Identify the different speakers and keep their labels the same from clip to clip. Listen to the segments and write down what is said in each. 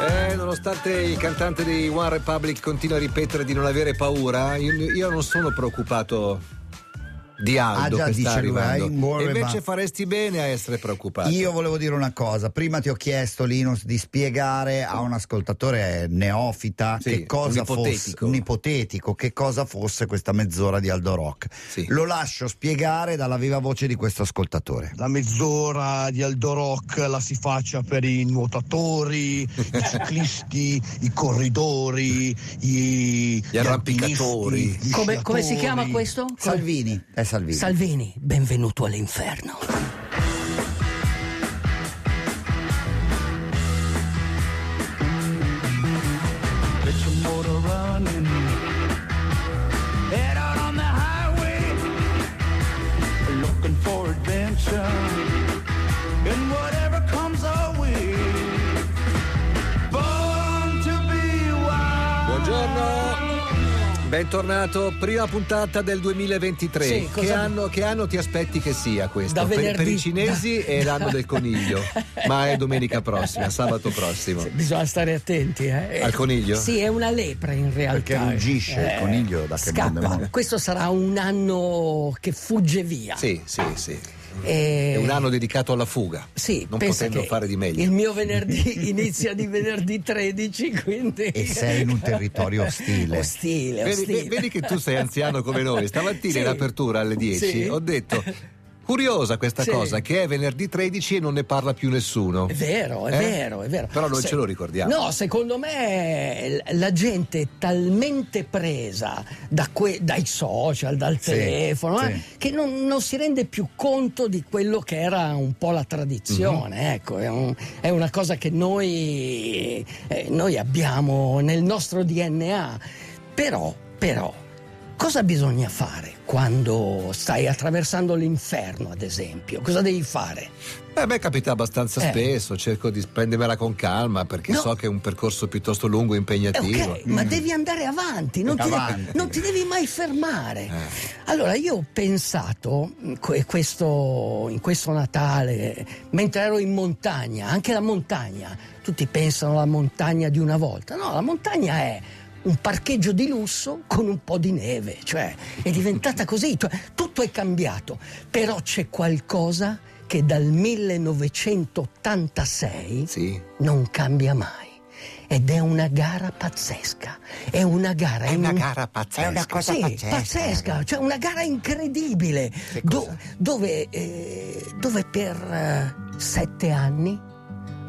Speaker 1: Eh, nonostante il cantante di One Republic continua a ripetere di non avere paura, io, io non sono preoccupato di Aldo
Speaker 2: Ah, già,
Speaker 1: che sta
Speaker 2: dice lui,
Speaker 1: arrivando.
Speaker 2: eh, muore,
Speaker 1: E invece
Speaker 2: va.
Speaker 1: faresti bene a essere preoccupato.
Speaker 2: Io volevo dire una cosa, prima ti ho chiesto Linus di spiegare a un ascoltatore neofita
Speaker 1: Sì,
Speaker 2: che cosa
Speaker 1: un
Speaker 2: fosse
Speaker 1: ipotetico.
Speaker 2: un ipotetico, che cosa fosse questa mezz'ora di Aldo Rock.
Speaker 1: Sì.
Speaker 2: Lo lascio spiegare dalla viva voce di questo ascoltatore.
Speaker 3: La mezz'ora di Aldo Rock la si faccia per i nuotatori, i ciclisti, i corridori, i,
Speaker 1: Gli arrampicatori.
Speaker 3: alpinisti, gli
Speaker 4: Come, come si chiama
Speaker 3: sciatori.
Speaker 4: questo?
Speaker 2: Salvini, è Salvini.
Speaker 4: Salvini, benvenuto all'inferno.
Speaker 5: Get your motor running. Head out on the highway. Looking for adventure. And whatever comes our way. Born to be wild.
Speaker 1: Buongiorno. Bentornato, prima puntata del 2023.
Speaker 4: Sì,
Speaker 1: che,
Speaker 4: cosa-
Speaker 1: anno, che anno ti aspetti che sia questo?
Speaker 4: Da
Speaker 1: Per- per,
Speaker 4: venerdì-
Speaker 1: i cinesi
Speaker 4: da-
Speaker 1: è l'anno del coniglio, ma è domenica prossima, sabato prossimo.
Speaker 4: Sì, Bisogna stare attenti, eh.
Speaker 1: Al coniglio?
Speaker 4: Sì, è una lepre in realtà. Eh,
Speaker 2: Perché ruggisce il coniglio da che
Speaker 4: scappa.
Speaker 2: mondo è mondo.
Speaker 4: Questo sarà un anno che fugge via. Eh,
Speaker 1: Sì, sì, sì.
Speaker 4: E-
Speaker 1: È un anno dedicato alla fuga.
Speaker 4: Sì,
Speaker 1: non
Speaker 4: pensa
Speaker 1: potendo
Speaker 4: che
Speaker 1: fare di meglio.
Speaker 4: Il mio venerdì inizia di venerdì 13, quindi.
Speaker 2: E sei in un territorio ostile.
Speaker 4: Ostile,
Speaker 1: Vedi,
Speaker 4: ostile.
Speaker 1: ve- vedi che tu sei anziano come noi. Stamattina
Speaker 4: Sì.
Speaker 1: in apertura alle 10
Speaker 4: Sì.
Speaker 1: ho detto curiosa questa
Speaker 4: Sì.
Speaker 1: cosa che è venerdì 13 e non ne parla più nessuno.
Speaker 4: È vero, è
Speaker 1: Eh?
Speaker 4: vero, è vero.
Speaker 1: Però non
Speaker 4: Se-
Speaker 1: ce lo ricordiamo.
Speaker 4: No, secondo me l- la gente è talmente presa da que- dai social, dal
Speaker 2: Sì,
Speaker 4: telefono, eh,
Speaker 2: sì.
Speaker 4: che non, non si rende più conto di quello che era un po' la tradizione.
Speaker 1: Mhm.
Speaker 4: Ecco, è, un- è una cosa che noi, eh, noi abbiamo nel nostro DNA. Però, però, cosa bisogna fare quando stai attraversando l'inferno, ad esempio? Cosa devi fare?
Speaker 1: Eh, A me capita abbastanza
Speaker 4: Eh.
Speaker 1: spesso, cerco di prendermela con calma perché
Speaker 4: No.
Speaker 1: so che è un percorso piuttosto lungo e
Speaker 4: Eh,
Speaker 1: impegnativo.
Speaker 4: ok, ma devi andare avanti, non, ti,
Speaker 2: Avanti.
Speaker 4: Devi, non ti devi mai fermare.
Speaker 1: Eh.
Speaker 4: Allora io ho pensato mh, que- questo- in questo Natale, mentre ero in montagna, anche la montagna, tutti pensano alla montagna di una volta, no, la montagna è un parcheggio di lusso con un po' di neve, cioè è diventata così, tu- tutto è cambiato, però c'è qualcosa che dal 1986
Speaker 1: Sì.
Speaker 4: non cambia mai. Ed è una gara pazzesca. È una gara. È una gara pazzesca. È una cosa pazzesca. Cioè, una gara incredibile. Do- dove, eh, dove per eh, sette anni.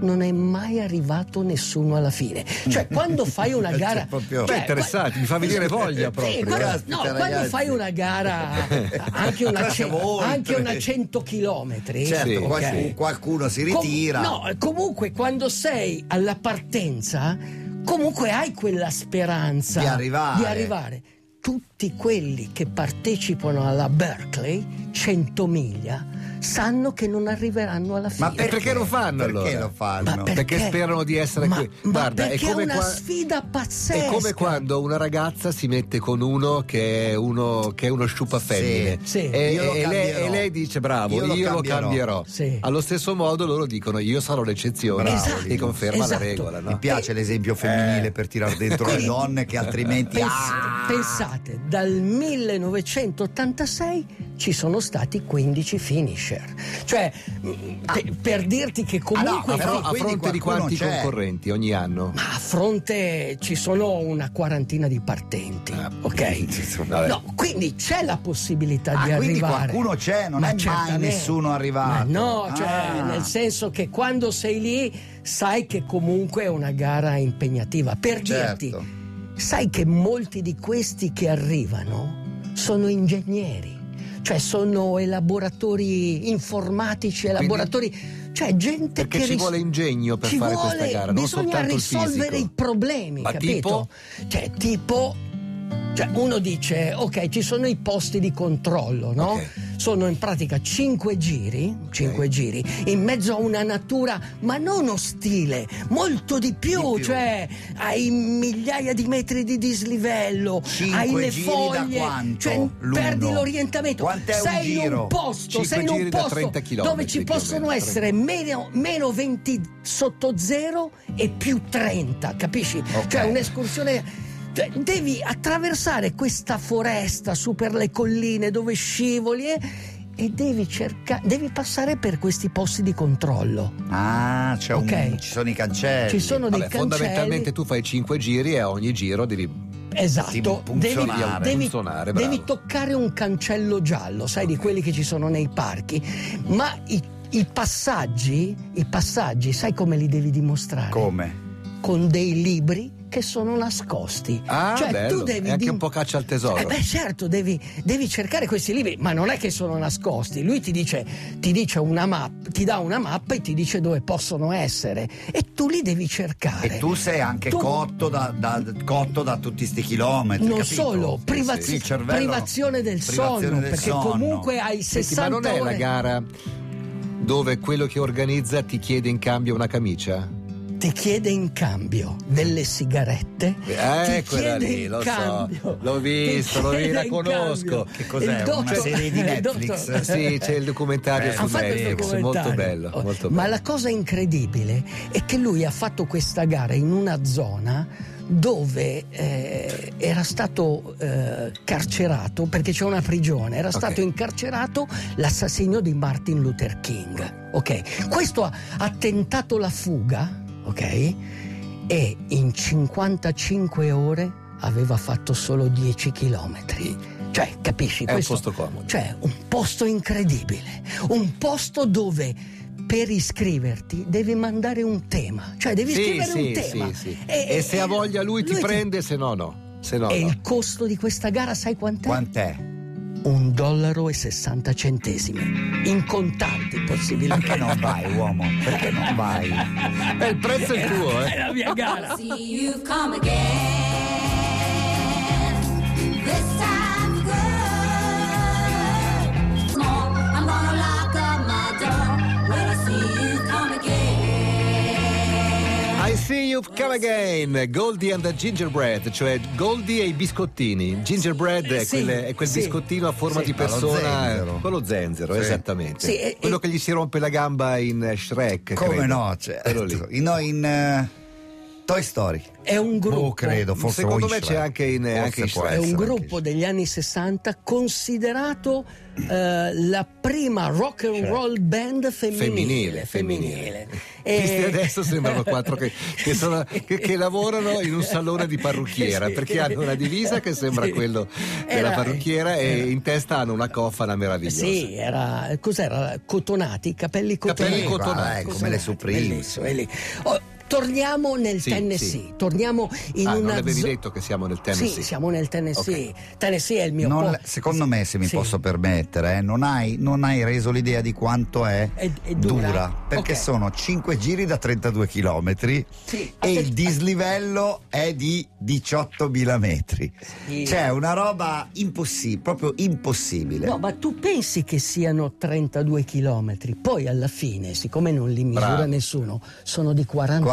Speaker 4: Non è mai arrivato nessuno alla fine. Cioè, quando fai una
Speaker 2: Cioè,
Speaker 4: gara.
Speaker 2: proprio-
Speaker 1: Beh, interessante, mi fa venire voglia
Speaker 4: Sì,
Speaker 1: proprio.
Speaker 4: quando,
Speaker 1: eh.
Speaker 2: Caspita,
Speaker 4: no,
Speaker 2: ragazzi.
Speaker 4: quando fai una gara, anche una,
Speaker 2: Qua
Speaker 4: ce-
Speaker 2: siamo oltre.
Speaker 4: anche una 100 km.
Speaker 2: Certo,
Speaker 1: Sì,
Speaker 2: qualcuno,
Speaker 1: ok.
Speaker 2: qualcuno si ritira.
Speaker 4: Com- no, comunque quando sei alla partenza, comunque hai quella speranza
Speaker 2: Di arrivare.
Speaker 4: di arrivare. Tutti quelli che partecipano alla Berkeley, 100 miglia, sanno che non arriveranno alla fine.
Speaker 2: Ma perché,
Speaker 1: perché lo fanno,
Speaker 2: Perché
Speaker 1: allora?
Speaker 2: lo fanno?
Speaker 4: Ma
Speaker 1: Perché sperano di essere
Speaker 4: ma,
Speaker 1: qui.
Speaker 4: Ma
Speaker 1: Guarda, è
Speaker 4: perché è,
Speaker 1: come
Speaker 4: una
Speaker 1: qua-
Speaker 4: sfida pazzesca.
Speaker 1: È come quando una ragazza si mette con uno che è uno, che è uno sciupafemmine
Speaker 4: Sì, sì.
Speaker 1: e,
Speaker 2: Io lo
Speaker 1: e lei,
Speaker 2: cambierò.
Speaker 1: e lei dice bravo,
Speaker 2: Io
Speaker 1: io,
Speaker 2: lo
Speaker 1: lo
Speaker 2: cambierò.
Speaker 1: cambierò.
Speaker 4: Sì.
Speaker 1: Allo stesso modo loro dicono io sarò l'eccezione
Speaker 2: Bravo,
Speaker 1: e
Speaker 2: Lino.
Speaker 1: conferma
Speaker 4: Esatto.
Speaker 1: la regola.
Speaker 2: Mi
Speaker 1: No? Eh.
Speaker 2: piace l'esempio femminile per tirar dentro le
Speaker 4: Quindi-
Speaker 2: donne che altrimenti...
Speaker 4: Pens-
Speaker 2: Ah!
Speaker 4: Pensate, dal 1986 ci sono stati 15 finisher. Cioè, mh,
Speaker 1: Ah.
Speaker 4: pe- per dirti che comunque...
Speaker 2: Ah, no,
Speaker 1: Però a
Speaker 2: quindi
Speaker 1: fronte di
Speaker 2: qualcuno
Speaker 1: quanti
Speaker 2: c'è.
Speaker 1: concorrenti ogni anno?
Speaker 4: Ma a fronte ci sono una quarantina di partenti,
Speaker 2: Ah,
Speaker 4: Ah, ok?
Speaker 1: Vabbè.
Speaker 4: No, quindi c'è la possibilità
Speaker 2: Ah,
Speaker 4: di
Speaker 2: quindi
Speaker 4: arrivare.
Speaker 2: qualcuno c'è, non
Speaker 4: Ma
Speaker 2: è mai
Speaker 4: certamente.
Speaker 2: nessuno arrivato.
Speaker 4: Ma no, cioè,
Speaker 2: Ah.
Speaker 4: nel senso che quando sei lì sai che comunque è una gara impegnativa. Per
Speaker 2: Certo.
Speaker 4: dirti, sai che molti di questi che arrivano sono ingegneri. Cioè sono elaboratori informatici, elaboratori, cioè gente
Speaker 1: Perché
Speaker 4: che
Speaker 1: ci
Speaker 4: ris-
Speaker 1: vuole ingegno per
Speaker 4: ci
Speaker 1: fare
Speaker 4: vuole-
Speaker 1: questa gara, non
Speaker 4: bisogna
Speaker 1: soltanto il
Speaker 4: risolvere
Speaker 1: fisico.
Speaker 4: i problemi,
Speaker 1: Ma
Speaker 4: capito? Cioè, tipo, cioè, uno dice, ok, ci sono i posti di controllo, no?
Speaker 1: Ok.
Speaker 4: sono in pratica cinque giri, cinque giri in mezzo a una natura, ma non ostile, molto di più,
Speaker 2: Di più.
Speaker 4: cioè hai migliaia di metri di dislivello,
Speaker 2: Cinque
Speaker 4: hai le
Speaker 2: giri da
Speaker 4: foglie,
Speaker 2: quanto?
Speaker 4: cioè
Speaker 2: Lungo?
Speaker 4: perdi l'orientamento,
Speaker 2: Quant'è un
Speaker 4: sei in
Speaker 2: giro?
Speaker 4: un posto,
Speaker 1: Cinque
Speaker 4: sei in
Speaker 1: giri
Speaker 4: un
Speaker 1: da
Speaker 4: posto
Speaker 1: 30 chilometri,
Speaker 4: dove ci
Speaker 1: più o
Speaker 4: possono
Speaker 1: meno,
Speaker 4: essere meno, meno 20 sotto zero e più 30, capisci?
Speaker 2: Ok.
Speaker 4: Cioè un'escursione... cioè, Devi attraversare questa foresta su per le colline dove scivoli e, e devi cercare, devi passare per questi posti di controllo.
Speaker 2: Ah, c'è
Speaker 4: Ok.
Speaker 2: un, ci sono i cancelli.
Speaker 4: Ci sono dei
Speaker 1: Vabbè,
Speaker 4: cancelli.
Speaker 1: fondamentalmente tu fai 5 giri e a ogni giro devi.
Speaker 2: Sì,
Speaker 4: Esatto, devi,
Speaker 2: funzionare.
Speaker 4: devi-
Speaker 1: Funzionare, bravo.
Speaker 4: devi toccare un cancello giallo, sai, di quelli che ci sono nei parchi, ma i, i passaggi, i passaggi, sai come li devi dimostrare?
Speaker 2: Come?
Speaker 4: Con dei libri che sono nascosti.
Speaker 1: Ah,
Speaker 4: cioè,
Speaker 1: bello.
Speaker 4: tu devi
Speaker 1: è anche
Speaker 4: dim-
Speaker 1: un po' caccia al tesoro.
Speaker 4: Eh beh, certo, devi, devi cercare questi libri, ma non è che sono nascosti. Lui ti dice, ti dice una mappa, ti dà una mappa e ti dice dove possono essere. E tu li devi cercare.
Speaker 2: E tu sei anche
Speaker 4: Tu-
Speaker 2: cotto, da, da- cotto da tutti sti chilometri.
Speaker 4: non
Speaker 2: capito?
Speaker 4: solo, privaz-
Speaker 2: Il cervello-
Speaker 4: privazione del
Speaker 2: privazione
Speaker 4: sonno,
Speaker 2: del
Speaker 4: perché
Speaker 2: sonno.
Speaker 4: comunque hai 60
Speaker 1: Senti, ma non è la
Speaker 4: ore.
Speaker 1: gara dove quello che organizza ti chiede in cambio una camicia?
Speaker 4: ti chiede in cambio delle sigarette.
Speaker 1: Eh,
Speaker 4: ti
Speaker 1: quella
Speaker 4: chiede
Speaker 1: lì,
Speaker 4: in
Speaker 1: lo so.
Speaker 4: cambio-
Speaker 1: L'ho visto,
Speaker 4: ti
Speaker 1: l'ho-
Speaker 4: chiede
Speaker 1: la
Speaker 4: in
Speaker 1: conosco.
Speaker 4: cambio.
Speaker 2: Che cos'è,
Speaker 4: Il
Speaker 2: una serie di
Speaker 4: il
Speaker 2: Netflix?
Speaker 4: dottor-
Speaker 1: Sì, c'è il documentario
Speaker 2: Eh,
Speaker 1: su
Speaker 4: Ha fatto il
Speaker 1: Netflix,
Speaker 4: documentario.
Speaker 1: molto bello, molto
Speaker 4: Ma
Speaker 1: bello.
Speaker 4: la cosa incredibile è che lui ha fatto questa gara in una zona dove eh, era stato eh, carcerato, perché c'è una prigione, era
Speaker 1: Ok.
Speaker 4: stato incarcerato l'assassinio di Martin Luther King. Ok, questo ha, ha tentato la fuga, ok? E in 55 ore aveva fatto solo 10 chilometri. Cioè, capisci?
Speaker 1: È un
Speaker 4: Questo-
Speaker 1: posto comodo.
Speaker 4: cioè, un posto incredibile, un posto dove per iscriverti devi mandare un tema, cioè devi
Speaker 1: sì,
Speaker 4: scrivere
Speaker 1: sì,
Speaker 4: un tema.
Speaker 1: sì, sì. E, se ha voglia lui ti prende, se no no. Se no,
Speaker 4: E
Speaker 1: no.
Speaker 4: il costo di questa gara sai quant'è?
Speaker 2: Quant'è?
Speaker 4: Un dollaro e 60 centesimi, in contanti
Speaker 1: Ah,
Speaker 2: Perché
Speaker 4: possibilmente.
Speaker 2: non vai, uomo? Perché non vai?
Speaker 1: Eh, il prezzo è tuo, eh.
Speaker 4: È la mia gara.
Speaker 6: See you've come again. This time for good. More, I'm gonna lock up my door when I see you come again.
Speaker 1: I see you come again, Goldie and the Gingerbread, cioè Goldie e i biscottini. Gingerbread è,
Speaker 4: Sì,
Speaker 1: quelle- è quel
Speaker 4: sì.
Speaker 1: biscottino a forma
Speaker 2: Sì,
Speaker 1: di
Speaker 2: con lo
Speaker 1: persona.
Speaker 2: zenzero.
Speaker 1: Con lo zenzero,
Speaker 2: Sì.
Speaker 1: esattamente.
Speaker 4: Sì, e-
Speaker 1: Quello
Speaker 4: e-
Speaker 1: che gli si rompe la gamba in Shrek.
Speaker 2: Come
Speaker 1: credo.
Speaker 2: no? Cioè,
Speaker 1: Quello lì.
Speaker 2: no, in eh, Toy Story.
Speaker 4: È un gruppo.
Speaker 2: Oh, credo, forse
Speaker 1: Secondo
Speaker 2: o in
Speaker 1: me c'è
Speaker 2: Shrek.
Speaker 1: anche in-
Speaker 2: Forse
Speaker 1: anche in
Speaker 2: può
Speaker 1: Shrek.
Speaker 4: È
Speaker 2: essere
Speaker 4: un
Speaker 2: anche in
Speaker 4: gruppo degli anni 60 considerato
Speaker 1: Mm.
Speaker 4: eh, la prima rock and roll band femminile.
Speaker 1: Certo.
Speaker 4: Eh.
Speaker 1: Femminile, femminile. Questi adesso sembrano quattro che, che sono- che- che lavorano in un salone di parrucchiera
Speaker 4: Sì.
Speaker 1: perché hanno una divisa che sembra
Speaker 4: Sì. Eh,
Speaker 1: quello della
Speaker 4: Era-
Speaker 1: parrucchiera
Speaker 4: era-
Speaker 1: e in testa hanno una cofana meravigliosa.
Speaker 4: Sì, era cos'era? Cotonati, capelli cotonati. Ecco,
Speaker 1: Capelli cotonati.
Speaker 2: Guarda, eh, come le Supreme.
Speaker 4: Bellissimo, è lì. Oh, torniamo nel
Speaker 1: Sì,
Speaker 4: Tennessee,
Speaker 1: sì.
Speaker 4: torniamo in
Speaker 1: Ah, non
Speaker 4: una
Speaker 1: avevi
Speaker 4: zo-
Speaker 1: detto che siamo nel Tennessee.
Speaker 4: Sì, siamo nel Tennessee. Tennessee è il mio
Speaker 2: Non
Speaker 4: po-
Speaker 2: la- secondo me, se mi
Speaker 4: Sì.
Speaker 2: posso permettere, eh, non, hai, non hai reso l'idea di quanto è,
Speaker 4: È- è dura?
Speaker 2: perché
Speaker 4: Ok.
Speaker 2: sono 5 giri da 32 km
Speaker 4: Sì.
Speaker 2: e il dislivello è di 18.000 metri.
Speaker 4: Sì.
Speaker 2: Cioè, una roba impossibile, proprio impossibile.
Speaker 4: No, ma tu pensi che siano 32 chilometri, poi alla fine, siccome non li misura
Speaker 1: Bravo.
Speaker 4: nessuno, sono di 42,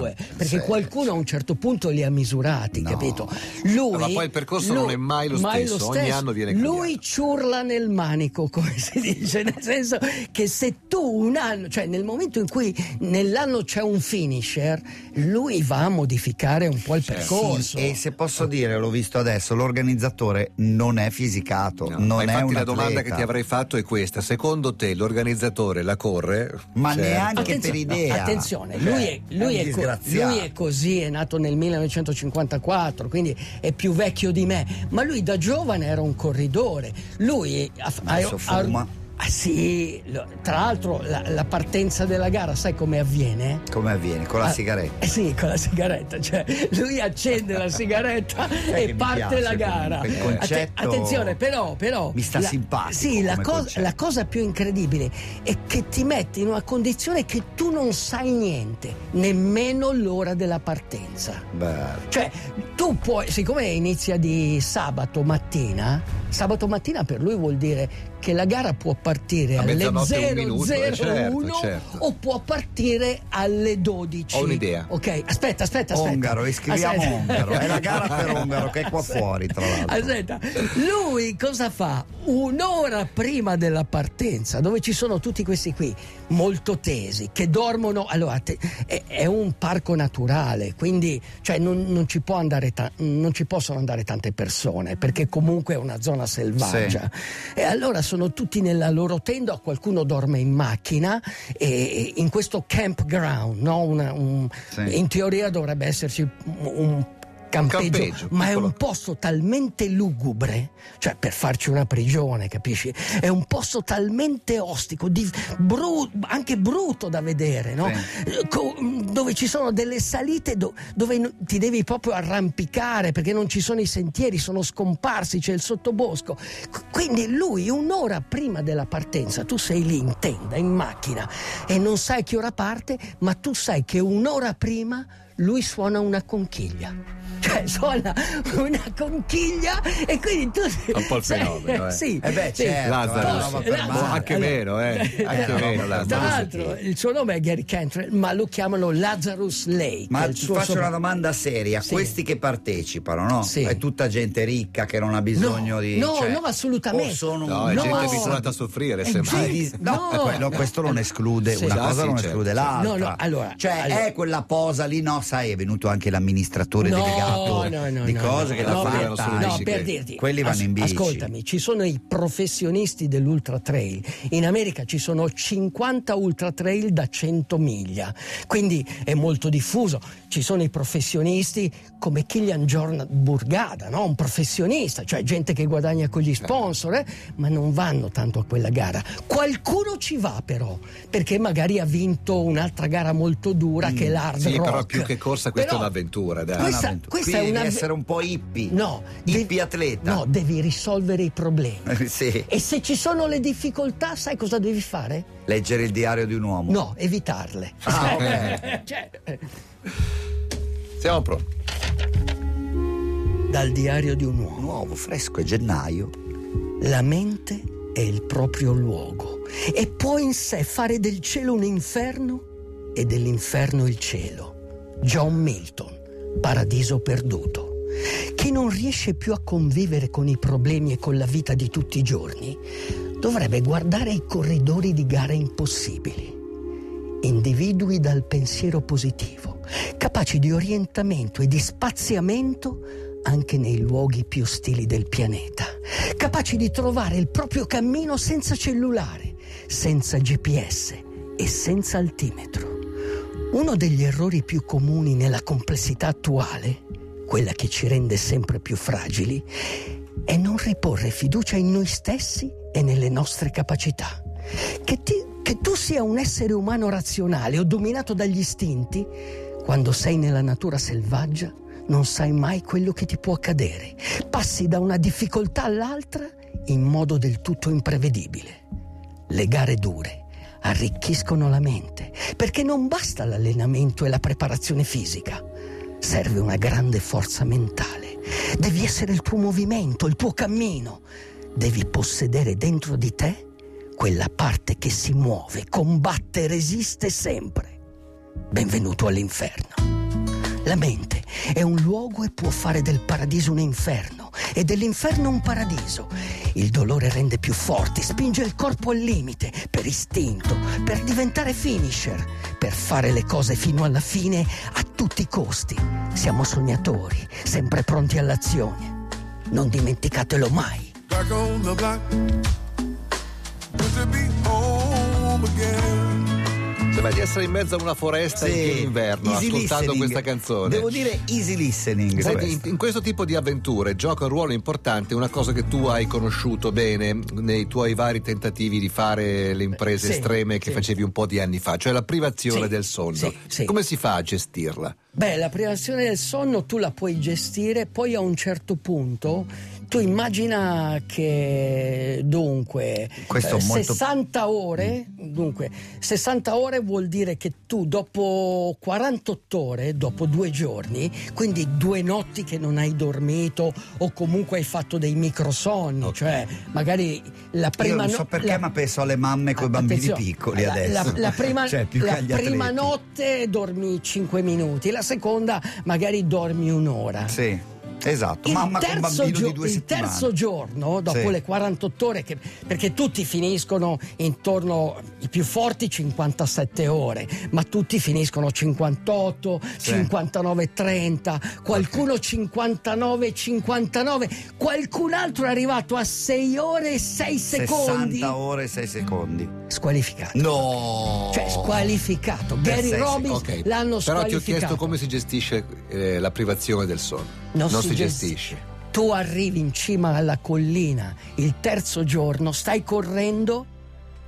Speaker 2: 40,
Speaker 4: perché
Speaker 2: sì,
Speaker 4: qualcuno a un certo punto li ha misurati,
Speaker 2: No.
Speaker 4: capito? Lui,
Speaker 1: No, ma poi il percorso non è mai lo stesso, ogni anno viene
Speaker 4: Lui
Speaker 1: cambiato.
Speaker 4: ciurla nel manico, come si dice, nel senso che se tu un anno, cioè nel momento in cui nell'anno c'è un finisher, lui va a modificare un po' il percorso.
Speaker 2: Sì, e se posso dire, l'ho visto adesso, l'organizzatore non è fisicato,
Speaker 1: No, ma
Speaker 2: non è
Speaker 1: infatti
Speaker 2: un
Speaker 1: la domanda che
Speaker 2: atleta.
Speaker 1: ti avrei fatto è questa: secondo te l'organizzatore la corre?
Speaker 2: Ma
Speaker 1: Cioè,
Speaker 2: neanche per idea.
Speaker 4: attenzione,
Speaker 2: Cioè,
Speaker 4: lui, è, lui
Speaker 2: un
Speaker 4: è co-
Speaker 2: disgraziato.
Speaker 4: lui è così, è nato nel 1954, quindi è più vecchio di me, ma lui da giovane era un corridore. Lui ha, ha-
Speaker 2: Adesso
Speaker 4: ha-
Speaker 2: fuma.
Speaker 4: Ah, sì, lo- tra l'altro la, la partenza della gara, sai come avviene?
Speaker 2: Come avviene? Con la
Speaker 4: Ah,
Speaker 2: sigaretta.
Speaker 4: eh sì, con la sigaretta, cioè lui accende la sigaretta
Speaker 2: che mi
Speaker 4: e parte
Speaker 2: piace
Speaker 4: la gara.
Speaker 2: comunque il
Speaker 4: Atte-
Speaker 2: concetto.
Speaker 4: attenzione, però, però
Speaker 2: Mi sta
Speaker 4: la-
Speaker 2: simpatico
Speaker 4: Sì, la,
Speaker 2: come
Speaker 4: cosa-
Speaker 2: concetto.
Speaker 4: la cosa più incredibile è che ti metti in una condizione che tu non sai niente, nemmeno l'ora della partenza.
Speaker 2: Bello.
Speaker 4: Cioè, tu puoi, siccome inizia di sabato mattina, sabato mattina per lui vuol dire che la gara può partire
Speaker 1: A
Speaker 4: alle
Speaker 1: mezzanotte, un minuto, eh,
Speaker 4: 001
Speaker 1: certo, certo.
Speaker 4: o può partire alle 12.
Speaker 1: Ho un'idea.
Speaker 4: Ok, aspetta, aspetta, aspetta.
Speaker 2: Ongaro, iscriviamo
Speaker 4: Aspetta.
Speaker 2: Ongaro. È la gara per Ongaro che è qua fuori, tra l'altro.
Speaker 4: Aspetta, lui cosa fa? Un'ora prima della partenza, dove ci sono tutti questi qui, molto tesi, che dormono. Allora, te- è, è un parco naturale, quindi cioè, non, non ci può andare ta- non ci possono andare tante persone, perché comunque è una zona selvaggia. E allora sono tutti nella loro tenda, qualcuno dorme in macchina, e- e in questo campground, no? Una- un-
Speaker 2: Sì.
Speaker 4: in teoria dovrebbe esserci un- un campeggio,
Speaker 1: Campeggio,
Speaker 4: ma è
Speaker 1: piccolo.
Speaker 4: un posto talmente lugubre, cioè per farci una prigione, capisci? È un posto talmente ostico, di- bru- anche brutto da vedere, no? Eh, co- dove ci sono delle salite do- dove no- ti devi proprio arrampicare perché non ci sono i sentieri, sono scomparsi, c'è il sottobosco. C- quindi lui un'ora prima della partenza, tu sei lì in tenda, in macchina e non sai che ora parte, ma tu sai che un'ora prima lui suona una conchiglia. Cioè suona una conchiglia e quindi tu...
Speaker 1: Un po' il
Speaker 4: sei-
Speaker 1: fenomeno, eh.
Speaker 4: Sì,
Speaker 2: Eh beh,
Speaker 4: sì.
Speaker 2: certo,
Speaker 1: Lazzaro.
Speaker 2: è una roba per
Speaker 4: Lazzaro.
Speaker 1: Oh,
Speaker 2: mano.
Speaker 1: anche
Speaker 4: Allora-
Speaker 1: vero, eh. Anche
Speaker 2: Eh,
Speaker 1: vero.
Speaker 2: no,
Speaker 1: Lazzaro.
Speaker 4: Tra l'altro il suo nome è Gary Cantrell, ma lo chiamano Lazarus Lake.
Speaker 2: Ma
Speaker 4: il
Speaker 2: ti
Speaker 4: suo
Speaker 2: faccio
Speaker 4: sopra-
Speaker 2: una domanda seria,
Speaker 4: Sì.
Speaker 2: questi che partecipano, no?
Speaker 4: Sì.
Speaker 2: È tutta gente ricca che non ha bisogno
Speaker 4: No,
Speaker 2: di...
Speaker 4: no,
Speaker 2: cioè,
Speaker 4: no, assolutamente.
Speaker 2: O sono
Speaker 1: No,
Speaker 2: un-
Speaker 1: è gente
Speaker 4: No.
Speaker 1: abituata a soffrire,
Speaker 2: Eh,
Speaker 4: È
Speaker 1: sembra.
Speaker 4: gente-
Speaker 2: Dis- No,
Speaker 4: No. eh,
Speaker 2: quello- questo non esclude,
Speaker 4: Sì.
Speaker 2: una
Speaker 1: Già,
Speaker 2: cosa
Speaker 1: sì,
Speaker 2: non
Speaker 1: certo.
Speaker 2: esclude l'altra.
Speaker 4: No, no, allora,
Speaker 2: cioè,
Speaker 4: allora-
Speaker 2: è quella posa lì, no, sai, è venuto anche l'amministratore
Speaker 4: No,
Speaker 2: delegato
Speaker 4: no, no,
Speaker 2: di
Speaker 4: no,
Speaker 2: cose
Speaker 4: no,
Speaker 2: che
Speaker 4: no,
Speaker 2: la
Speaker 1: per-
Speaker 2: fanno.
Speaker 1: no,
Speaker 4: No,
Speaker 1: Bici
Speaker 4: per
Speaker 1: che-
Speaker 4: dirti,
Speaker 2: quelli vanno
Speaker 4: as-
Speaker 2: in bici.
Speaker 4: Ascoltami, ci sono i professionisti dell'ultra trail. In America ci sono 50 ultra trail da 100 miglia, quindi è molto diffuso. Ci sono i professionisti come Killian Jorn Burgada, no? un professionista, cioè gente che guadagna con gli sponsor, eh, ma non vanno tanto a quella gara. Qualcuno ci va però, perché magari ha vinto un'altra gara molto dura che è l'hard
Speaker 1: Mm, Sì,
Speaker 4: rock.
Speaker 1: però più che corsa questa
Speaker 4: Però-
Speaker 1: è un'avventura, dai.
Speaker 4: questa-
Speaker 2: Un'avventura.
Speaker 4: questa
Speaker 2: Quindi
Speaker 4: è
Speaker 2: devi
Speaker 4: una-
Speaker 2: essere un po' hippie.
Speaker 4: No,
Speaker 2: Hippie
Speaker 4: devi-
Speaker 2: atleta.
Speaker 4: No, devi risolvere i problemi.
Speaker 2: sì.
Speaker 4: E se ci sono le difficoltà, sai cosa devi fare?
Speaker 2: Leggere il diario di un uomo.
Speaker 4: No, evitarle.
Speaker 2: Ah, ok.
Speaker 4: Cioè, eh,
Speaker 1: Siamo pronti.
Speaker 4: dal diario di un uomo.
Speaker 2: Nuovo, fresco, è gennaio.
Speaker 4: La mente è il proprio luogo e può in sé fare del cielo un inferno e dell'inferno il cielo. John Milton, Paradiso perduto. Chi non riesce più a convivere con i problemi e con la vita di tutti i giorni dovrebbe guardare i corridori di gare impossibili. Individui dal pensiero positivo, capaci di orientamento e di spaziamento anche nei luoghi più ostili del pianeta, capaci di trovare il proprio cammino senza cellulare, senza GPS e senza altimetro. Uno degli errori più comuni nella complessità attuale, quella che ci rende sempre più fragili, è non riporre fiducia in noi stessi e nelle nostre capacità. Che, ti- che tu sia un essere umano razionale o dominato dagli istinti, quando sei nella natura selvaggia, non sai mai quello che ti può accadere. Passi da una difficoltà all'altra in modo del tutto imprevedibile. Le gare dure arricchiscono la mente, perché non basta l'allenamento e la preparazione fisica, serve una grande forza mentale. Devi essere il tuo movimento, il tuo cammino. Devi possedere dentro di te quella parte che si muove, combatte, resiste sempre. Benvenuto all'inferno. La mente è un luogo e può fare del paradiso un inferno e dell'inferno un paradiso. Il dolore rende più forti, spinge il corpo al limite, per istinto, per diventare finisher, per fare le cose fino alla fine a tutti i costi. Siamo sognatori, sempre pronti all'azione. Non dimenticatelo mai.
Speaker 7: Back on the block. Good to be home again.
Speaker 1: Sembra Sembra di essere in mezzo a una foresta in pieno inverno
Speaker 2: Easy
Speaker 1: ascoltando
Speaker 2: listening.
Speaker 1: questa canzone.
Speaker 2: Devo dire easy listening.
Speaker 1: Senti, in,
Speaker 2: questa.
Speaker 1: in questo tipo di avventure gioca un ruolo importante una cosa che tu hai conosciuto bene nei tuoi vari tentativi di fare le imprese
Speaker 4: Sì,
Speaker 1: estreme che
Speaker 4: sì.
Speaker 1: facevi un po' di anni fa, cioè la privazione
Speaker 4: Sì,
Speaker 1: del sonno.
Speaker 4: sì, sì.
Speaker 1: Come si fa a gestirla?
Speaker 4: Beh, la privazione del sonno tu la puoi gestire, poi a un certo punto tu immagina che dunque
Speaker 2: Questo è molto-
Speaker 4: 60 ore, dunque 60 ore vuol dire che tu dopo 48 ore, dopo due giorni, quindi due notti che non hai dormito o comunque hai fatto dei microsonni,
Speaker 1: Ok.
Speaker 4: cioè magari la prima
Speaker 2: Io non so
Speaker 4: no-
Speaker 2: perché,
Speaker 4: la-
Speaker 2: ma penso alle mamme con i bambini
Speaker 4: Attenzione,
Speaker 2: piccoli
Speaker 4: la-
Speaker 2: adesso.
Speaker 4: La, la prima,
Speaker 2: Cioè, più
Speaker 4: la
Speaker 2: che agli
Speaker 4: prima
Speaker 2: atleti.
Speaker 4: notte dormi 5 minuti, la seconda magari dormi un'ora.
Speaker 2: Sì, esatto.
Speaker 4: Il
Speaker 2: Mamma con
Speaker 4: terzo,
Speaker 2: bambino
Speaker 4: gio-
Speaker 2: di due
Speaker 4: il
Speaker 2: settimane.
Speaker 4: terzo giorno, dopo
Speaker 2: Sì.
Speaker 4: le 48 ore, che- perché tutti finiscono intorno, i più forti 57 ore, ma tutti finiscono 58,
Speaker 2: Sì.
Speaker 4: 59, 30, qualcuno 59, 59, qualcun altro è arrivato a 6 ore e 6 secondi.
Speaker 2: 60 ore e 6 secondi.
Speaker 4: Squalificato.
Speaker 2: No!
Speaker 1: Oh.
Speaker 4: Cioè squalificato.
Speaker 2: Per
Speaker 4: Gary
Speaker 2: sei-
Speaker 4: Robbins
Speaker 1: Eh, Ok, però ti
Speaker 4: l'hanno
Speaker 1: ho
Speaker 4: squalificato.
Speaker 1: chiesto come si gestisce eh, la privazione del sonno. si,
Speaker 4: gest-
Speaker 1: gestisce.
Speaker 4: Tu arrivi in cima alla collina il terzo giorno, stai correndo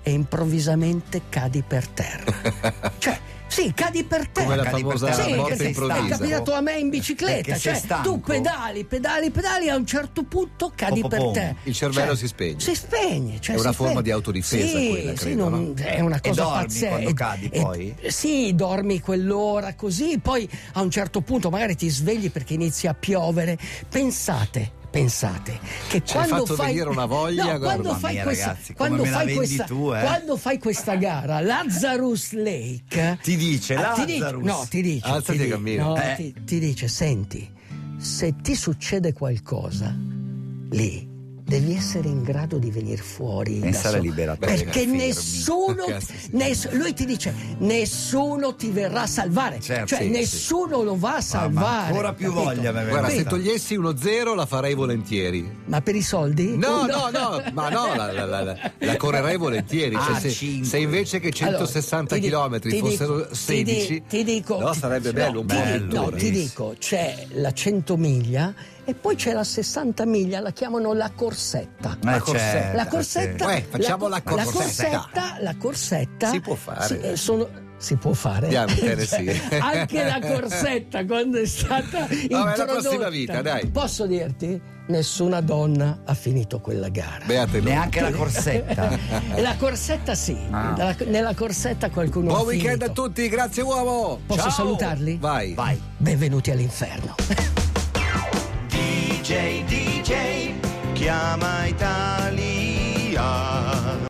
Speaker 4: e improvvisamente cadi per terra. cioè, sì, cadi per terra.
Speaker 1: Come la
Speaker 2: Cadi per
Speaker 1: famosa
Speaker 2: terra,
Speaker 4: Sì,
Speaker 2: perché
Speaker 1: morte
Speaker 4: perché
Speaker 2: sei
Speaker 4: è
Speaker 1: improvvisa.
Speaker 2: stanco.
Speaker 4: capitato a me in bicicletta,
Speaker 2: Perché sei
Speaker 4: cioè
Speaker 2: stanco.
Speaker 4: tu pedali, pedali, pedali, a un certo punto cadi
Speaker 2: Po, po,
Speaker 4: per
Speaker 2: pom.
Speaker 4: terra.
Speaker 1: Il cervello
Speaker 4: Cioè,
Speaker 1: si spegne.
Speaker 4: Si spegne. cioè,
Speaker 1: È una
Speaker 4: si
Speaker 1: forma
Speaker 4: spegne.
Speaker 1: di autodifesa
Speaker 4: Sì,
Speaker 1: quella,
Speaker 4: sì,
Speaker 1: credo,
Speaker 4: non-
Speaker 1: no?
Speaker 4: È una
Speaker 2: E
Speaker 4: cosa
Speaker 2: dormi
Speaker 4: pazzesca.
Speaker 2: quando
Speaker 4: E-
Speaker 2: cadi,
Speaker 4: e-
Speaker 2: poi?
Speaker 4: Sì, dormi quell'ora così, poi a un certo punto magari ti svegli perché inizia a piovere. Pensate. Pensate che
Speaker 1: Ci hai
Speaker 4: quando
Speaker 1: fatto
Speaker 4: fai
Speaker 1: venire una voglia,
Speaker 4: No,
Speaker 1: guarda.
Speaker 4: quando
Speaker 2: Mamma
Speaker 4: fai
Speaker 2: mia,
Speaker 4: questa
Speaker 2: ragazzi, come
Speaker 4: quando
Speaker 2: me la
Speaker 4: fai
Speaker 2: vendi
Speaker 4: questa
Speaker 2: tu, eh?
Speaker 4: quando fai questa gara Lazarus Lake
Speaker 2: Ti dice,
Speaker 4: Ah, ti dice
Speaker 2: Lazarus.
Speaker 4: no, ti dice,
Speaker 1: Alzati
Speaker 4: ti
Speaker 1: e
Speaker 4: di-
Speaker 1: cammina.
Speaker 4: no,
Speaker 2: Eh.
Speaker 4: ti- ti dice senti, se ti succede qualcosa lì devi essere in grado di venire fuori da
Speaker 2: Pensare
Speaker 4: solo.
Speaker 2: liberatorio,
Speaker 4: perché
Speaker 2: fermi.
Speaker 4: nessuno
Speaker 1: Cazzo, sì.
Speaker 4: ness- lui ti dice nessuno ti verrà a salvare
Speaker 2: Certo,
Speaker 4: cioè
Speaker 2: sì,
Speaker 4: nessuno lo
Speaker 1: Ah,
Speaker 4: va a salvare
Speaker 2: Mamma, ancora più
Speaker 4: capito?
Speaker 2: voglia mi è
Speaker 1: Guarda,
Speaker 2: venuta.
Speaker 1: se togliessi uno zero la farei volentieri.
Speaker 4: ma per i soldi
Speaker 1: No, no, no, ma no, la, la- la- la- la correrei volentieri. Cioè,
Speaker 2: Ah,
Speaker 1: se,
Speaker 2: cinque.
Speaker 1: se invece che 160
Speaker 4: Allora, ti di-
Speaker 1: km
Speaker 4: ti dico-
Speaker 1: fossero
Speaker 4: ti di-
Speaker 1: 16,
Speaker 4: ti dico-
Speaker 1: no, sarebbe
Speaker 4: no,
Speaker 1: bello un
Speaker 4: ti
Speaker 1: po'
Speaker 4: di-
Speaker 1: di
Speaker 4: no,
Speaker 1: tour.
Speaker 4: ti dico, c'è la 100 miglia e poi c'è la 60 miglia, la chiamano la corsetta.
Speaker 1: La
Speaker 2: Ma certo,
Speaker 1: corsetta.
Speaker 4: La
Speaker 2: sì.
Speaker 4: corsetta,
Speaker 1: Uè, Eh, facciamo la
Speaker 4: co-
Speaker 1: corsetta.
Speaker 4: La corsetta, la corsetta
Speaker 1: Si può fare.
Speaker 4: si- eh, sono- si può fare.
Speaker 1: Andiamo, Tennessee.
Speaker 4: Cioè, anche la corsetta quando è stata
Speaker 1: la
Speaker 4: introdotta.
Speaker 1: prossima vita, dai.
Speaker 4: Posso dirti? Nessuna donna ha finito quella gara.
Speaker 1: Beate noi.
Speaker 2: Neanche la corsetta.
Speaker 4: La corsetta sì,
Speaker 2: Ah.
Speaker 4: Dalla- nella corsetta qualcuno ha
Speaker 1: Buon weekend
Speaker 4: finito.
Speaker 1: a tutti, grazie uomo.
Speaker 4: Posso
Speaker 1: Ciao.
Speaker 4: salutarli?
Speaker 1: Vai.
Speaker 2: Vai.
Speaker 4: Benvenuti all'inferno.
Speaker 5: DJ, DJ, chiama Italia.